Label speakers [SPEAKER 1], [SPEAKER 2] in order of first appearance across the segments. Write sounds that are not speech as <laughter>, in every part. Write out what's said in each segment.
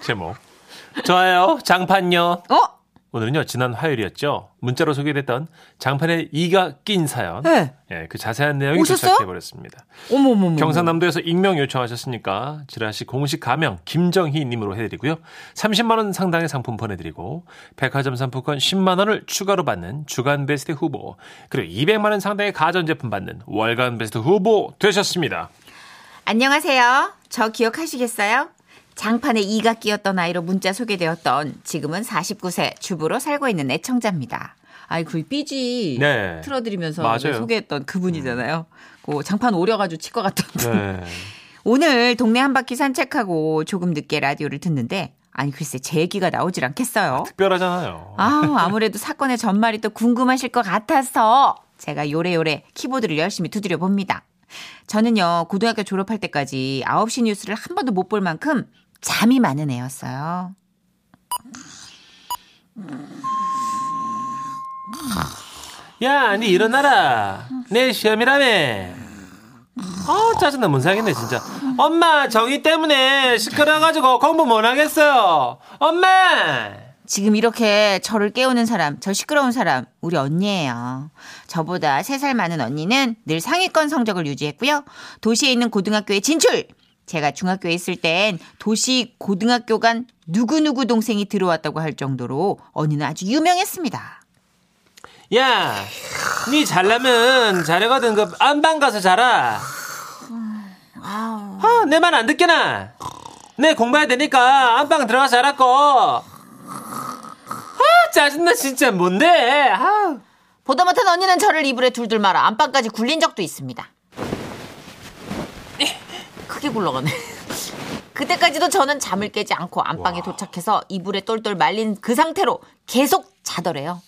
[SPEAKER 1] 제목. 좋아요. 장판요.
[SPEAKER 2] 어?
[SPEAKER 1] 오늘은요, 지난 화요일이었죠. 문자로 소개됐던 장판에 이가 낀 사연.
[SPEAKER 2] 네.
[SPEAKER 1] 예, 그 자세한 내용이
[SPEAKER 2] 오셨어요? 음.
[SPEAKER 1] 도착해버렸습니다.
[SPEAKER 2] 어머머머.
[SPEAKER 1] 경상남도에서 익명 요청하셨으니까 지라시 공식 가명 김정희님으로 해드리고요. 30만 원 상당의 상품 보내드리고 백화점 상품권 10만 원을 추가로 받는 주간 베스트 후보 그리고 200만 원 상당의 가전제품 받는 월간 베스트 후보 되셨습니다.
[SPEAKER 2] 안녕하세요. 저 기억하시겠어요? 장판에 이가 끼었던 아이로 문자 소개되었던 지금은 49세 주부로 살고 있는 애청자입니다. 아이 그 삐지
[SPEAKER 1] 네.
[SPEAKER 2] 틀어드리면서
[SPEAKER 1] 맞아요. 음.
[SPEAKER 2] 소개했던 그분이잖아요. 그 장판 오려가지고 치과 갔던 분.
[SPEAKER 1] 네.
[SPEAKER 2] <laughs> 오늘 동네 한 바퀴 산책하고 조금 늦게 라디오를 듣는데 아니 글쎄 제 얘기가 나오질 않겠어요.
[SPEAKER 1] 특별하잖아요.
[SPEAKER 2] 아, 아무래도 사건의 전말이 또 궁금하실 것 같아서 제가 요래요래 키보드를 열심히 두드려 봅니다. 저는요, 고등학교 졸업할 때까지 9시 뉴스를 한 번도 못 볼 만큼 잠이 많은 애였어요.
[SPEAKER 1] 야, 아니 일어나라. 내 시험이라며. 아 짜증나 문상이네 진짜. 엄마 정이 때문에 시끄러가지고 공부 못하겠어요. 엄마.
[SPEAKER 2] 지금 이렇게 저를 깨우는 사람, 저 시끄러운 사람, 우리 언니예요. 저보다 3살 많은 언니는 늘 상위권 성적을 유지했고요. 도시에 있는 고등학교에 진출! 제가 중학교에 있을 땐 도시 고등학교 간 누구누구 동생이 들어왔다고 할 정도로 언니는 아주 유명했습니다.
[SPEAKER 1] 야, 니 잘나면 잘하거든. 그 안방 가서 자라. 아, 내 말 안 듣겠나? 내 공부해야 되니까 안방 들어가서 자라고. 아, 짜증나 진짜 뭔데? 아,
[SPEAKER 2] 보다 못한 언니는 저를 이불에 둘둘 말아 안방까지 굴린 적도 있습니다.
[SPEAKER 1] 네.
[SPEAKER 2] 크게 굴러가네. 그때까지도 저는 잠을 깨지 않고 안방에 도착해서 이불에 똘똘 말린 그 상태로 계속 자더래요.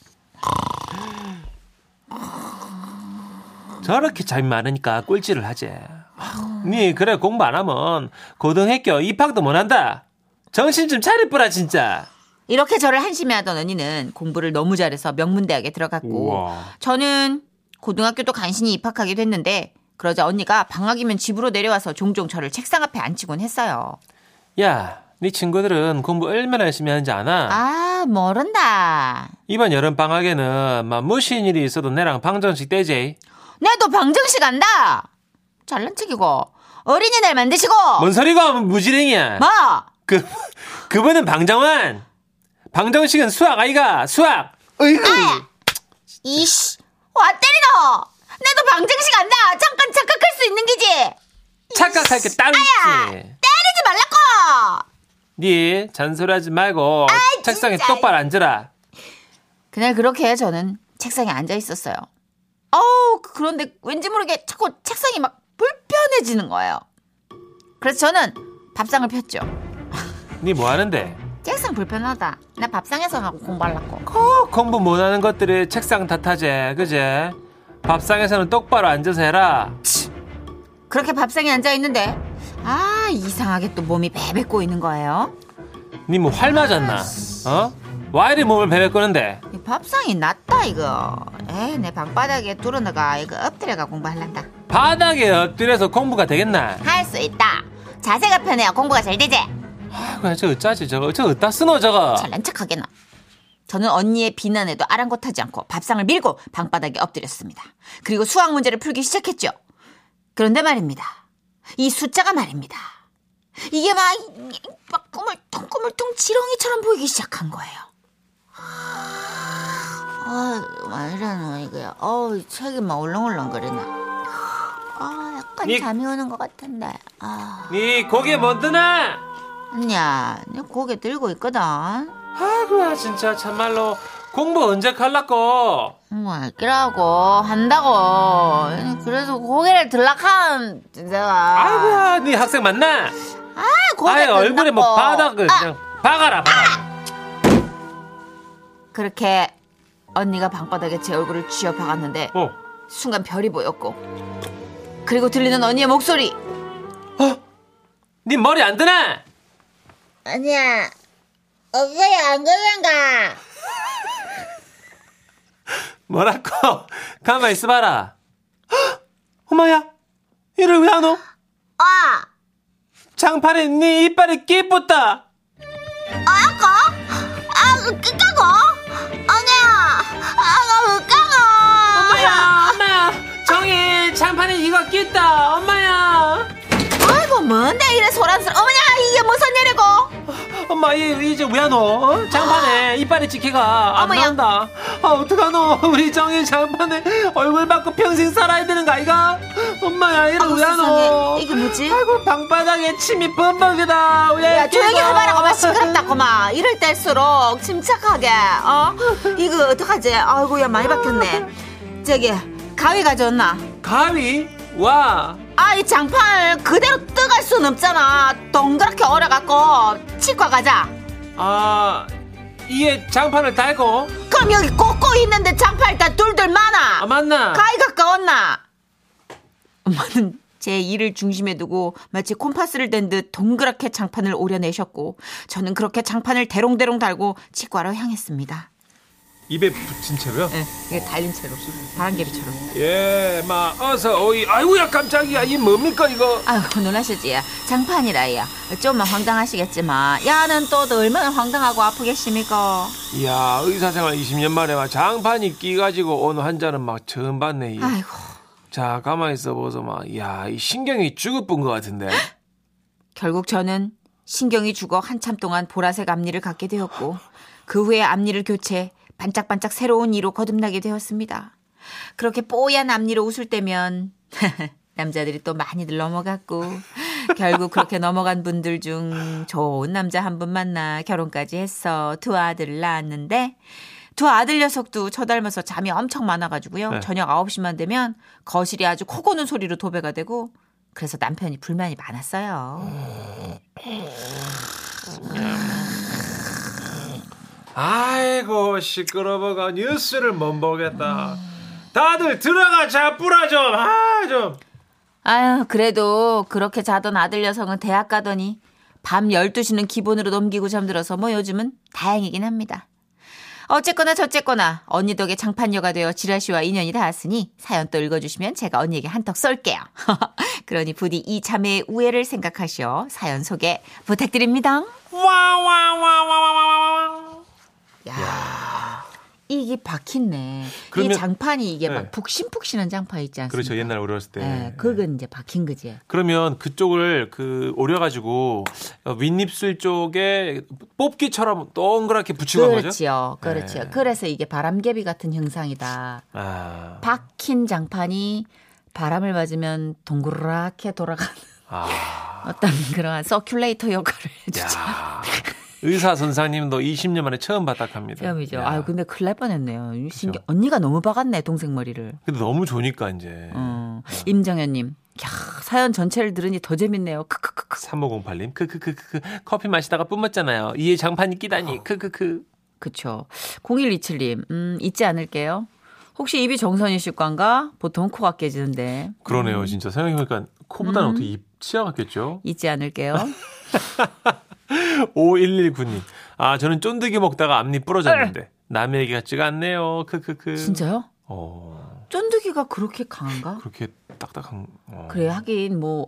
[SPEAKER 1] 저렇게 잠이 많으니까 꼴찌를 하지. 아, 니 그래 공부 안 하면 고등학교 입학도 못 한다. 정신 좀 차릴 뻔라 진짜.
[SPEAKER 2] 이렇게 저를 한심해 하던 언니는 공부를 너무 잘해서 명문대학에 들어갔고
[SPEAKER 1] 우와.
[SPEAKER 2] 저는 고등학교도 간신히 입학하게 됐는데 그러자 언니가 방학이면 집으로 내려와서 종종 저를 책상 앞에 앉히곤 했어요.
[SPEAKER 1] 야, 니 친구들은 공부 얼마나 열심히 하는지 아나?
[SPEAKER 2] 아, 모른다.
[SPEAKER 1] 이번 여름 방학에는 막 무시인 일이 있어도 내랑 방정식 떼지.
[SPEAKER 2] 내도 방정식 네, 간다. 잘난 척이고 어린이날 만드시고
[SPEAKER 1] 뭔 소리가 무지랭이야.
[SPEAKER 2] 뭐
[SPEAKER 1] 그 그분은 방정환. 방정식은 수학 아이가 수학. 으이구.
[SPEAKER 2] 이씨 와 때리노. 내도 방정식 간다. 잠깐 착각할 수 있는 기지. 때리지
[SPEAKER 1] 착각할 게 따로 있지.
[SPEAKER 2] 말라고.
[SPEAKER 1] 네 잔소리하지 말고 책상에
[SPEAKER 2] 진짜.
[SPEAKER 1] 똑바로 앉으라.
[SPEAKER 2] 그날 그렇게 저는 책상에 앉아 있었어요. 어우 그런데 왠지 모르게 자꾸 책상이 막 불편해지는 거예요. 그래서 저는 밥상을 폈죠.
[SPEAKER 1] 네 뭐 하는데?
[SPEAKER 2] 책상 불편하다. 나 밥상에서 하고 공부하려고.
[SPEAKER 1] 어, 공부 못하는 것들이 책상 탓하지, 그제? 밥상에서는 똑바로 앉아서 해라.
[SPEAKER 2] 그렇게 밥상에 앉아 있는데 아 이상하게 또 몸이 베베 꼬이는 거예요.
[SPEAKER 1] 네 뭐 활 맞았나? 어? 와 이리 몸을 베베 끄는데?
[SPEAKER 2] 이 밥상이 낮다 이거. 에이 내 방바닥에 뚫어나가 이거 엎드려가 공부할란다.
[SPEAKER 1] 바닥에 엎드려서 공부가 되겠나?
[SPEAKER 2] 할 수 있다. 자세가 편해야 공부가 잘 되지.
[SPEAKER 1] 아이고 저 어쩌지 저거 저 어디다 쓰노 저거
[SPEAKER 2] 잘난 척하게나. 저는 언니의 비난에도 아랑곳하지 않고 밥상을 밀고 방바닥에 엎드렸습니다. 그리고 수학 문제를 풀기 시작했죠. 그런데 말입니다. 이 숫자가 말입니다. 이게 막, 막 꾸물통 꾸물통 지렁이처럼 보이기 시작한 거예요. 아, 이러노 이거야. 어, 책이 막 울렁울렁 거리네. 아, 약간
[SPEAKER 1] 이-
[SPEAKER 2] 잠이 오는 것 같은데. 아,
[SPEAKER 1] 니 고개 못 드나
[SPEAKER 2] 언니야, 내 고개 들고 있거든.
[SPEAKER 1] 아이고 진짜 참말로 공부 언제 갈라고
[SPEAKER 2] 뭐, 끼라고, 한다고. 그래서 고개를 들락한, 내가.
[SPEAKER 1] 아이고야 니 학생 맞나
[SPEAKER 2] 아, 고개
[SPEAKER 1] 아이
[SPEAKER 2] 들락고.
[SPEAKER 1] 얼굴에 뭐 바닥을
[SPEAKER 2] 아,
[SPEAKER 1] 그냥 박아라 박아
[SPEAKER 2] 그렇게 언니가 방바닥에 제 얼굴을 쥐어 박았는데,
[SPEAKER 1] 어.
[SPEAKER 2] 순간 별이 보였고. 그리고 들리는 언니의 목소리.
[SPEAKER 1] 니 머리 안 드나
[SPEAKER 3] 아니야. 어깨에 안 그런가?
[SPEAKER 1] 뭐라고 <laughs> 가만 있어봐라 헉! 엄마야 이를 왜 안오
[SPEAKER 3] 어.
[SPEAKER 1] 장판에 네 이빨이 끼붙다.
[SPEAKER 3] 아까? 아, 끝까고? 아니야. 아가 못까고.
[SPEAKER 1] 엄마야, 엄마야, 정이 장판에 이거 끼다. 엄마야,
[SPEAKER 2] 아이고 뭔데 이래 소란스러 어머나 이게 무슨 일이고
[SPEAKER 1] 엄마 이 이제 왜 안 와? 어? 장판에 이빨이 찍히가 안
[SPEAKER 2] 어머야.
[SPEAKER 1] 나온다. 아 어떡하노? 우리 정이 장판에 얼굴 받고 평생 살아야 되는 거 아이가? 엄마야, 이래
[SPEAKER 2] 아이고,
[SPEAKER 1] 왜 안 와?
[SPEAKER 2] 세상에. 이게 뭐지?
[SPEAKER 1] 아이고 방바닥에 침이 범벅이다. 왜
[SPEAKER 2] 야 조용히
[SPEAKER 1] 끼고?
[SPEAKER 2] 해봐라 고마 시끄럽다고마 이럴 때일수록 침착하게 어 이거 어떡하지 아이고 야 많이 박혔네 저기 가위 가져왔나
[SPEAKER 1] 가위 와.
[SPEAKER 2] 아 이 장판을 그대로 뜨갈 순 없잖아 동그랗게 얼어갖고 치과 가자
[SPEAKER 1] 아 이에 장판을 달고
[SPEAKER 2] 그럼 여기 꽂고 있는데 장판 일단 둘둘 많아
[SPEAKER 1] 아 맞나?
[SPEAKER 2] 가위 가까웠나? 엄마는 제 이를 중심에 두고 마치 콤파스를 댄 듯 동그랗게 장판을 오려내셨고 저는 그렇게 장판을 대롱대롱 달고 치과로 향했습니다.
[SPEAKER 1] 입에 붙인 채로요?
[SPEAKER 2] 예, 이게 달린 채로 바람개비처럼.
[SPEAKER 1] 예, 막 어서 오이. 아이고야 깜짝이야. 이 뭡니까 이거?
[SPEAKER 2] 아유 놀라셨지? 장판이라야. 좀만 황당하시겠지만 야는 또 얼마나 황당하고 아프겠습니까?
[SPEAKER 1] 이야 의사생활 20년 만에 막 장판이 끼가지고 온 환자는 막 처음 봤네. 이.
[SPEAKER 2] 아이고
[SPEAKER 1] 자 가만 있어 보소 막. 이야 이 신경이 죽을 뿐것
[SPEAKER 2] <laughs>
[SPEAKER 1] 같은데.
[SPEAKER 2] 결국 저는 신경이 죽어 한참 동안 보라색 앞니를 갖게 되었고 그 후에 앞니를 교체 반짝반짝 새로운 이로 거듭나게 되었습니다. 그렇게 뽀얀 앞니로 웃을 때면 <laughs> 남자들이 또 많이들 넘어갔고 결국 그렇게 넘어간 분들 중 좋은 남자 한 분 만나 결혼까지 했어 두 아들을 낳았는데 두 아들 녀석도 저 닮아서 잠이 엄청 많아가지고요
[SPEAKER 1] 네.
[SPEAKER 2] 저녁 9시만 되면 거실이 아주 코 고는 소리로 도배가 되고 그래서 남편이 불만이 많았어요.
[SPEAKER 1] 아이고 시끄러워가 뉴스를 못 보겠다. 다들 들어가 자뿌라 좀. 아 좀.
[SPEAKER 2] 아유, 그래도 그렇게 자던 아들 녀석은 대학 가더니 밤 12시는 기본으로 넘기고 잠들어서 뭐 요즘은 다행이긴 합니다. 어쨌거나 저쨌거나 언니 덕에 장판녀가 되어 지라 씨와 인연이 닿았으니 사연 또 읽어주시면 제가 언니에게 한턱 쏠게요. <laughs> 그러니 부디 이 참회의 우애를 생각하시어 사연 소개 부탁드립니다.
[SPEAKER 1] 와와와와와와와.
[SPEAKER 2] 야 이게 박힌네. 이
[SPEAKER 1] 그러면-
[SPEAKER 2] 장판이 이게
[SPEAKER 1] 네.
[SPEAKER 2] 막 북신북신한 장판 있지 않습니까?
[SPEAKER 1] 그렇죠 옛날 어렸을 때.
[SPEAKER 2] 예, 그건 이제 박힌 거지.
[SPEAKER 1] 그러면 그쪽을 그 오려가지고 윗입술 쪽에 뽑기처럼 동그랗게 붙이고 한 거죠?
[SPEAKER 2] 그렇지요. 그렇지요.
[SPEAKER 1] 네.
[SPEAKER 2] 그래서 이게 바람개비 같은 형상이다.
[SPEAKER 1] 아,
[SPEAKER 2] 박힌 장판이 바람을 맞으면 동그랗게 돌아가는
[SPEAKER 1] 아,
[SPEAKER 2] 어떤 그러한 서큘레이터 역할을 해주죠.
[SPEAKER 1] 야. 의사 선생님도 20년 만에 처음 봤다합니다.
[SPEAKER 2] 시험이죠. 아유, 근데 큰일 날 뻔했네요. 이 신기... 언니가 너무 박았네, 동생 머리를.
[SPEAKER 1] 근데 너무 좋으니까 이제
[SPEAKER 2] 어.
[SPEAKER 1] 네.
[SPEAKER 2] 임정현님. 야, 사연 전체를 들으니 더 재밌네요. 크크크크.
[SPEAKER 1] 3508님 크크크크 커피 마시다가 뿜었잖아요. 이에 장판이 끼다니 크크크.
[SPEAKER 2] 그쵸. 0127님. 음, 잊지 않을게요. 혹시 입이 정선이 씨과인가? 보통 코가 깨지는데.
[SPEAKER 1] 그러네요, 진짜 생각해보니까
[SPEAKER 2] 음.
[SPEAKER 1] 코보다는 어떻게 입 치아가 겠죠? <laughs>
[SPEAKER 2] 잊지 않을게요.
[SPEAKER 1] 5119님 아 저는 쫀득이 먹다가 앞니 부러졌는데 남의 얘기 같지가 않네요. 크크크.
[SPEAKER 2] 아. 진짜요?
[SPEAKER 1] 어.
[SPEAKER 2] 쫀득이가 그렇게 강한가?
[SPEAKER 1] 그렇게 딱딱한. 어.
[SPEAKER 2] 그래 하긴 뭐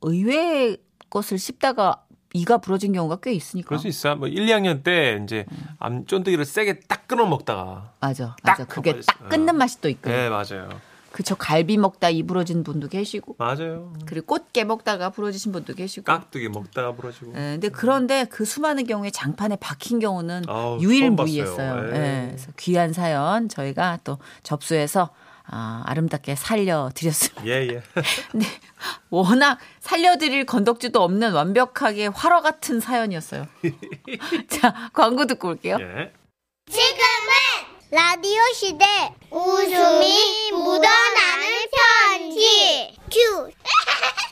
[SPEAKER 2] 의외의 것을 씹다가 이가 부러진 경우가 꽤 있으니까.
[SPEAKER 1] 그럴 수 있어. 뭐 1, 2학년 때 이제
[SPEAKER 2] 음.
[SPEAKER 1] 암 쫀득이를 세게 딱 끊어 먹다가.
[SPEAKER 2] 맞아,
[SPEAKER 1] 딱
[SPEAKER 2] 맞아. 그게
[SPEAKER 1] 그거
[SPEAKER 2] 딱 끊는 맛이 또 있거든.
[SPEAKER 1] 네, 맞아요.
[SPEAKER 2] 그쵸 갈비 먹다 이 부러진 분도 계시고,
[SPEAKER 1] 맞아요.
[SPEAKER 2] 그리고 꽃게 먹다가 부러지신 분도 계시고.
[SPEAKER 1] 깍두기 먹다가 부러지고.
[SPEAKER 2] 예, 근데 그런데 그 수많은 경우에 장판에 박힌 경우는
[SPEAKER 1] 아우, 처음
[SPEAKER 2] 유일무이했어요.
[SPEAKER 1] 봤어요.
[SPEAKER 2] 예,
[SPEAKER 1] 에이.
[SPEAKER 2] 그래서 귀한 사연 저희가 또 접수해서 아, 아름답게 살려드렸습니다.
[SPEAKER 1] 예, 예.
[SPEAKER 2] 근데 워낙 살려드릴 건덕지도 없는 완벽하게 활어 같은
[SPEAKER 1] <laughs>
[SPEAKER 2] 사연이었어요. 자, 광고 듣고 올게요.
[SPEAKER 1] 예.
[SPEAKER 3] 지금은 라디오 시대 웃음이 묻어나는 편지 큐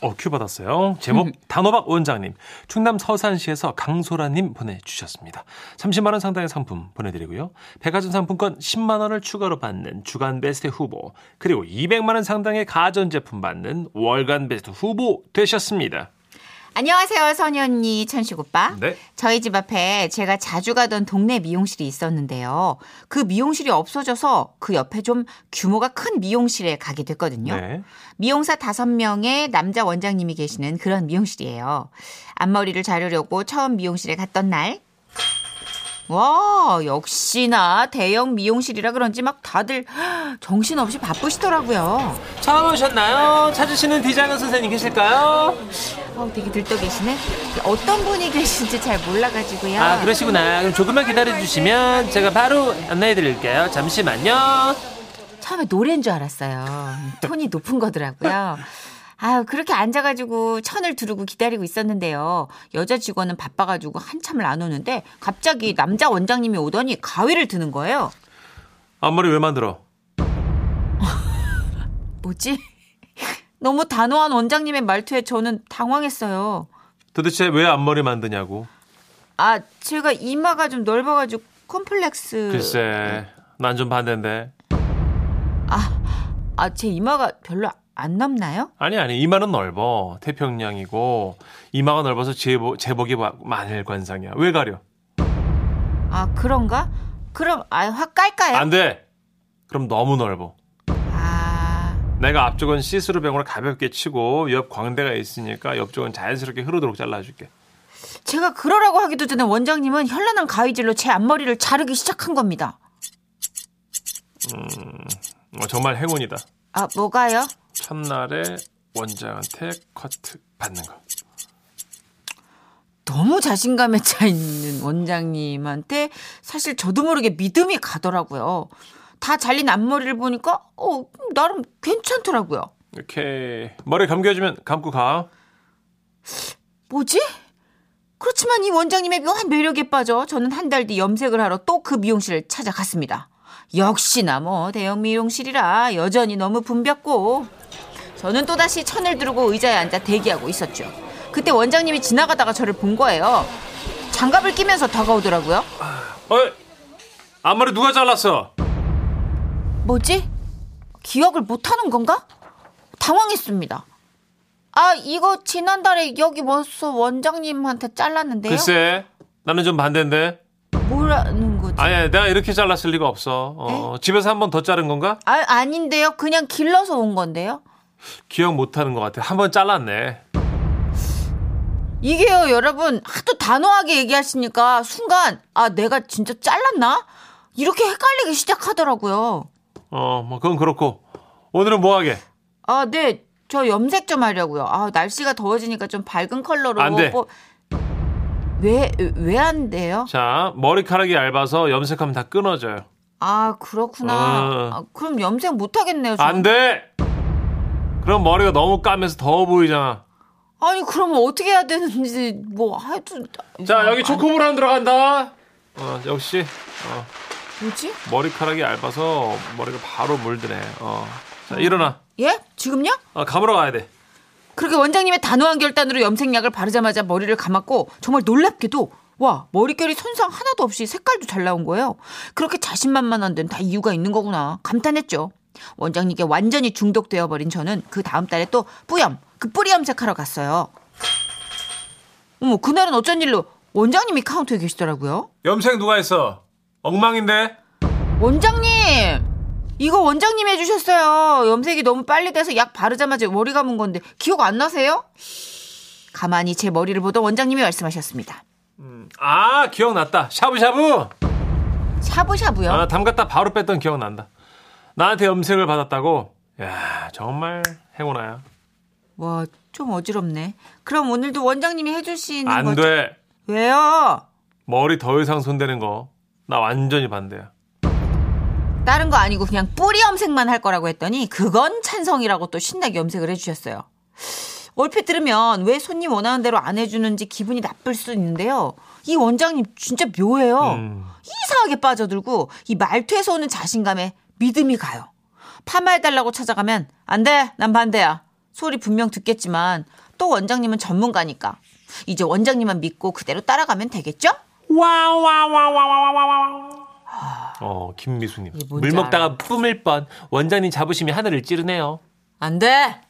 [SPEAKER 1] 어, 큐 받았어요.
[SPEAKER 2] 음.
[SPEAKER 1] 제목 단호박 원장님. 충남 서산시에서 강소라 님 보내 주셨습니다. 30만 원 상당의 상품 보내 드리고요. 백화점 상품권 10만 원을 추가로 받는 주간 베스트 후보, 그리고 200만 원 상당의 가전 제품 받는 월간 베스트 후보 되셨습니다.
[SPEAKER 2] 안녕하세요, 선희 언니, 천식 오빠.
[SPEAKER 1] 네.
[SPEAKER 2] 저희 집 앞에 제가 자주 가던 동네 미용실이 있었는데요. 그 미용실이 없어져서 그 옆에 좀 규모가 큰 미용실에 가게 됐거든요.
[SPEAKER 1] 네.
[SPEAKER 2] 미용사 다섯 명의 남자 원장님이 계시는 그런 미용실이에요. 앞머리를 자르려고 처음 미용실에 갔던 날. 와, 역시나 대형 미용실이라 그런지 막 다들 정신없이 바쁘시더라고요.
[SPEAKER 1] 처음 오셨나요? 찾으시는 디자이너 선생님 계실까요?
[SPEAKER 2] 어, 되게 들떠 계시네. 어떤 분이 계신지 잘 몰라가지고요.
[SPEAKER 1] 아, 그러시구나. 그럼 조금만 기다려주시면 제가 바로 안내해드릴게요. 잠시만요.
[SPEAKER 2] 처음에 노래인 줄 알았어요. 톤이 높은 거더라고요. 아 그렇게 앉아가지고 천을 두르고 기다리고 있었는데요. 여자 직원은 바빠가지고 한참을 안 오는데 갑자기 남자 원장님이 오더니 가위를 드는 거예요.
[SPEAKER 1] 앞머리 왜 만들어?
[SPEAKER 2] 뭐지? 너무 단호한 원장님의 말투에 저는 당황했어요.
[SPEAKER 1] 도대체 왜 앞머리 만드냐고.
[SPEAKER 2] 아 제가 이마가 좀 넓어가지고 컴플렉스.
[SPEAKER 1] 그 글쎄, 난 좀 반대인데.
[SPEAKER 2] 아제 이마가 별로 안 넘나요?
[SPEAKER 1] 아니, 아니, 이마는 넓어. 태평양이고, 이마가 넓어서 제복, 제복이 마- 많을 관상이야. 왜 가려?
[SPEAKER 2] 아 그런가? 그럼 아확 깔까요?
[SPEAKER 1] 안 돼! 그럼 너무 넓어.
[SPEAKER 2] 아.
[SPEAKER 1] 내가 앞쪽은 시스루 병으로 가볍게 치고, 옆 광대가 있으니까 옆쪽은 자연스럽게 흐르도록 잘라줄게.
[SPEAKER 2] 제가 그러라고 하기도 전에 원장님은 현란한 가위질로 제 앞머리를 자르기 시작한 겁니다.
[SPEAKER 1] 어, 정말 행운이다.
[SPEAKER 2] 아, 뭐가요?
[SPEAKER 1] 첫날에 원장한테 커트 받는 거.
[SPEAKER 2] 너무 자신감에 차 있는 원장님한테 사실 저도 모르게 믿음이 가더라고요. 다 잘린 앞머리를 보니까 어, 나름 괜찮더라고요.
[SPEAKER 1] 이렇게 머리 감겨주면 감고 가.
[SPEAKER 2] 뭐지? 그렇지만 이 원장님의 묘한 매력에 빠져 저는 한 달 뒤 염색을 하러 또 그 미용실을 찾아갔습니다. 역시나 뭐 대형 미용실이라 여전히 너무 분벽고 저는 또다시 천을 두르고 의자에 앉아 대기하고 있었죠. 그때 원장님이 지나가다가 저를 본 거예요. 장갑을 끼면서 다가오더라고요.
[SPEAKER 1] 어이 앞머리 누가 잘랐어?
[SPEAKER 2] 뭐지? 기억을 못하는 건가? 당황했습니다. 아 이거 지난달에 여기 벌써 원장님한테 잘랐는데요.
[SPEAKER 1] 글쎄 나는 좀 반대인데.
[SPEAKER 2] 뭐라는 거지?
[SPEAKER 1] 아니 내가 이렇게 잘랐을 리가 없어. 어, 집에서 한 번 더 자른 건가?
[SPEAKER 2] 아, 아닌데요. 그냥 길러서 온 건데요.
[SPEAKER 1] 기억 못하는 것 같아. 한 번 잘랐네.
[SPEAKER 2] 이게요, 여러분. 하도 단호하게 얘기하시니까 순간, 아, 내가 진짜 잘랐나? 이렇게 헷갈리기 시작하더라고요.
[SPEAKER 1] 어 뭐 그건 그렇고 오늘은 뭐 하게?
[SPEAKER 2] 아, 네. 저 염색 좀 하려고요. 아, 날씨가 더워지니까 좀 밝은 컬러로.
[SPEAKER 1] 안 돼.
[SPEAKER 2] 뽑- 왜, 왜 안 돼요?
[SPEAKER 1] 자 머리카락이 얇아서 염색하면 다 끊어져요.
[SPEAKER 2] 아, 그렇구나.
[SPEAKER 1] 아.
[SPEAKER 2] 아, 그럼 염색 못 하겠네요. 저는.
[SPEAKER 1] 안 돼. 그럼 머리가 너무 까매서 더워 보이잖아.
[SPEAKER 2] 아니, 그러면 어떻게 해야 되는지, 뭐, 하여튼.
[SPEAKER 1] 자 여기
[SPEAKER 2] 안-
[SPEAKER 1] 초코브라운 들어간다. 어 역시 어,
[SPEAKER 2] 뭐지?
[SPEAKER 1] 머리카락이 얇아서 머리가 바로 물드네. 어. 자, 일어나.
[SPEAKER 2] 예? 지금요?
[SPEAKER 1] 아, 감으러 가야 돼.
[SPEAKER 2] 그렇게 원장님의 단호한 결단으로 염색약을 바르자마자 머리를 감았고 정말 놀랍게도 와 머릿결이 손상 하나도 없이 색깔도 잘 나온 거예요. 그렇게 자신만만한 데는 다 이유가 있는 거구나 감탄했죠. 원장님께 완전히 중독되어 버린 저는 그 다음 달에 또 뿌염 그 뿌리 염색하러 갔어요. 어머 그날은 어쩐 일로 원장님이 카운터에 계시더라고요.
[SPEAKER 1] 염색 누가 했어? 엉망인데?
[SPEAKER 2] 원장님 이거 원장님 해주셨어요 염색이 너무 빨리 돼서 약 바르자마자 머리 감은 건데 기억 안 나세요? 가만히 제 머리를 보던 원장님이 말씀하셨습니다
[SPEAKER 1] 아, 기억났다. 샤브샤브!
[SPEAKER 2] 샤브샤브요?
[SPEAKER 1] 아, 담갔다 바로 뺐던 기억난다. 나한테 염색을 받았다고? 야 정말 행운아야.
[SPEAKER 2] 와 좀 어지럽네 그럼 오늘도 원장님이 해주시는
[SPEAKER 1] 안
[SPEAKER 2] 거죠?
[SPEAKER 1] 돼.
[SPEAKER 2] 왜요?
[SPEAKER 1] 머리 더 이상 손대는 거. 나 완전히 반대야.
[SPEAKER 2] 다른 거 아니고 그냥 뿌리 염색만 할 거라고 했더니 그건 찬성이라고 또 신나게 염색을 해주셨어요. 얼핏 들으면 왜 손님 원하는 대로 안 해주는지 기분이 나쁠 수 있는데요. 이 원장님 진짜 묘해요.
[SPEAKER 1] 음.
[SPEAKER 2] 이상하게 빠져들고 이 말투에서 오는 자신감에 믿음이 가요. 파마해달라고 찾아가면 안 돼, 난 반대야. 소리 분명 듣겠지만 또 원장님은 전문가니까 이제 원장님만 믿고 그대로 따라가면 되겠죠?
[SPEAKER 1] 어, 김미수님.
[SPEAKER 2] 이게 뭔지
[SPEAKER 1] 어, 물 먹다가 뿜을 뻔. 원장님 자부심이 하늘을 찌르네요.
[SPEAKER 2] 안 돼!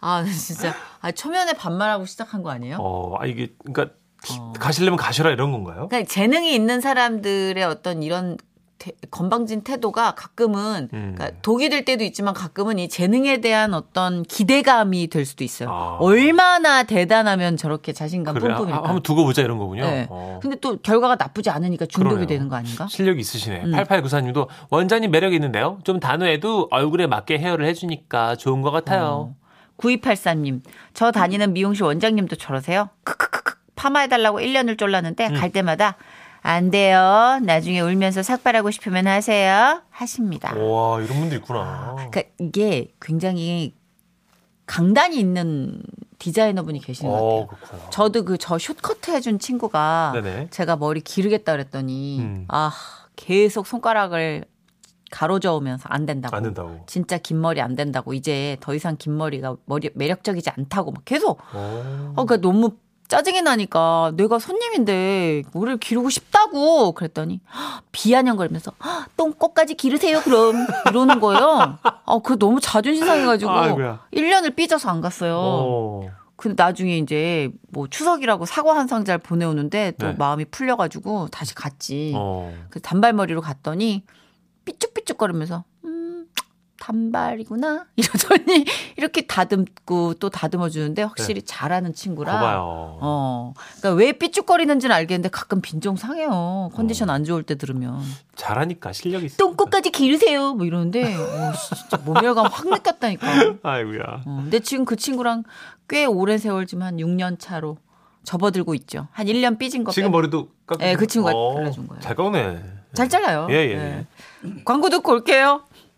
[SPEAKER 2] 아, 나 진짜. 아, 초면에 반말하고 시작한 거 아니에요?
[SPEAKER 1] 어, 아 이게 그러니까
[SPEAKER 2] 어.
[SPEAKER 1] 가시려면 가셔라 이런 건가요?
[SPEAKER 2] 그러니까 재능이 있는 사람들의 어떤 이런 태- 건방진 태도가 가끔은
[SPEAKER 1] 음.
[SPEAKER 2] 그러니까 독이 될 때도 있지만 가끔은 이 재능에 대한 어떤 기대감이 될 수도 있어요.
[SPEAKER 1] 아.
[SPEAKER 2] 얼마나 대단하면 저렇게 자신감
[SPEAKER 1] 그래, 아,
[SPEAKER 2] 뿜뿜일까.
[SPEAKER 1] 한번 두고 보자 이런 거군요.
[SPEAKER 2] 그러니까 네.
[SPEAKER 1] 어.
[SPEAKER 2] 근데 또 결과가 나쁘지 않으니까 중독이
[SPEAKER 1] 그러네요.
[SPEAKER 2] 되는 거 아닌가?
[SPEAKER 1] 실력이 있으시네.
[SPEAKER 2] 음.
[SPEAKER 1] 8894님도 원장님 매력 있는데요. 좀 단호해도 얼굴에 맞게 헤어를 해주니까 좋은 것 같아요.
[SPEAKER 2] 9283님, 저 다니는 미용실 원장님도 저러세요? 크크크크, 파마해달라고 1년을
[SPEAKER 1] 음.
[SPEAKER 2] 쫄랐는데 갈 때마다 안 돼요. 나중에 울면서 삭발하고 싶으면 하세요. 하십니다.
[SPEAKER 1] 와 이런 분도 있구나.
[SPEAKER 2] 음. 그러니까 이게 굉장히 강단이 있는 디자이너분이 계시는 것
[SPEAKER 1] 어
[SPEAKER 2] 같아요.
[SPEAKER 1] 그렇구나.
[SPEAKER 2] 저도 그 저 숏커트 해준 친구가
[SPEAKER 1] 네네.
[SPEAKER 2] 제가 머리 기르겠다 그랬더니
[SPEAKER 1] 음.
[SPEAKER 2] 아 계속 손가락을 가로저으면서 안 된다고.
[SPEAKER 1] 안 된다고.
[SPEAKER 2] 진짜 긴 머리 안 된다고 이제 더 이상 긴 머리가 머리 매력적이지 않다고 막 계속
[SPEAKER 1] 어.
[SPEAKER 2] 어, 그러니까 너무 짜증이 나니까 내가 손님인데 머리를 기르고 싶다고 그랬더니 "헉, 비아냥거리면서 "헉, 똥꼬까지 기르세요 그럼 이러는 거예요. 어, 그 너무 자존심 상해가지고
[SPEAKER 1] 아이고야.
[SPEAKER 2] 1년을 삐져서 안 갔어요.
[SPEAKER 1] 어.
[SPEAKER 2] 근데 나중에 이제 뭐 추석이라고 사과 한 상자를 보내오는데 또
[SPEAKER 1] 네.
[SPEAKER 2] 마음이 풀려가지고 다시 갔지.
[SPEAKER 1] 어.
[SPEAKER 2] 그 단발머리로 갔더니 삐쭉삐쭉거리면서 음 단발이구나 <laughs> 이러더니 이렇게 다듬고 또 다듬어 주는데 확실히 잘하는 친구라.
[SPEAKER 1] 네. 거봐요.
[SPEAKER 2] 어, 그러니까 왜 삐쭉거리는지는 알겠는데 가끔 빈정 상해요.
[SPEAKER 1] 어.
[SPEAKER 2] 컨디션 안 좋을 때 들으면
[SPEAKER 1] 잘하니까 실력이 있어.
[SPEAKER 2] 똥꼬까지 기르세요 뭐 이러는데 어, 진짜 모멸감 확 느꼈다니까.
[SPEAKER 1] 아이고야.
[SPEAKER 2] 어, 근데 지금 그 친구랑 꽤 오랜 세월 지금 한 6년 차로 접어들고 있죠. 한 1년 삐진 거
[SPEAKER 1] 지금 뭐
[SPEAKER 2] 빼고.
[SPEAKER 1] 머리도 어. 깎.
[SPEAKER 2] 예, 그 친구가 잘라준 거예요.
[SPEAKER 1] 잘 깎네.
[SPEAKER 2] 잘 잘라요.
[SPEAKER 1] 예, 예.
[SPEAKER 2] 예. 광고 듣고 올게요.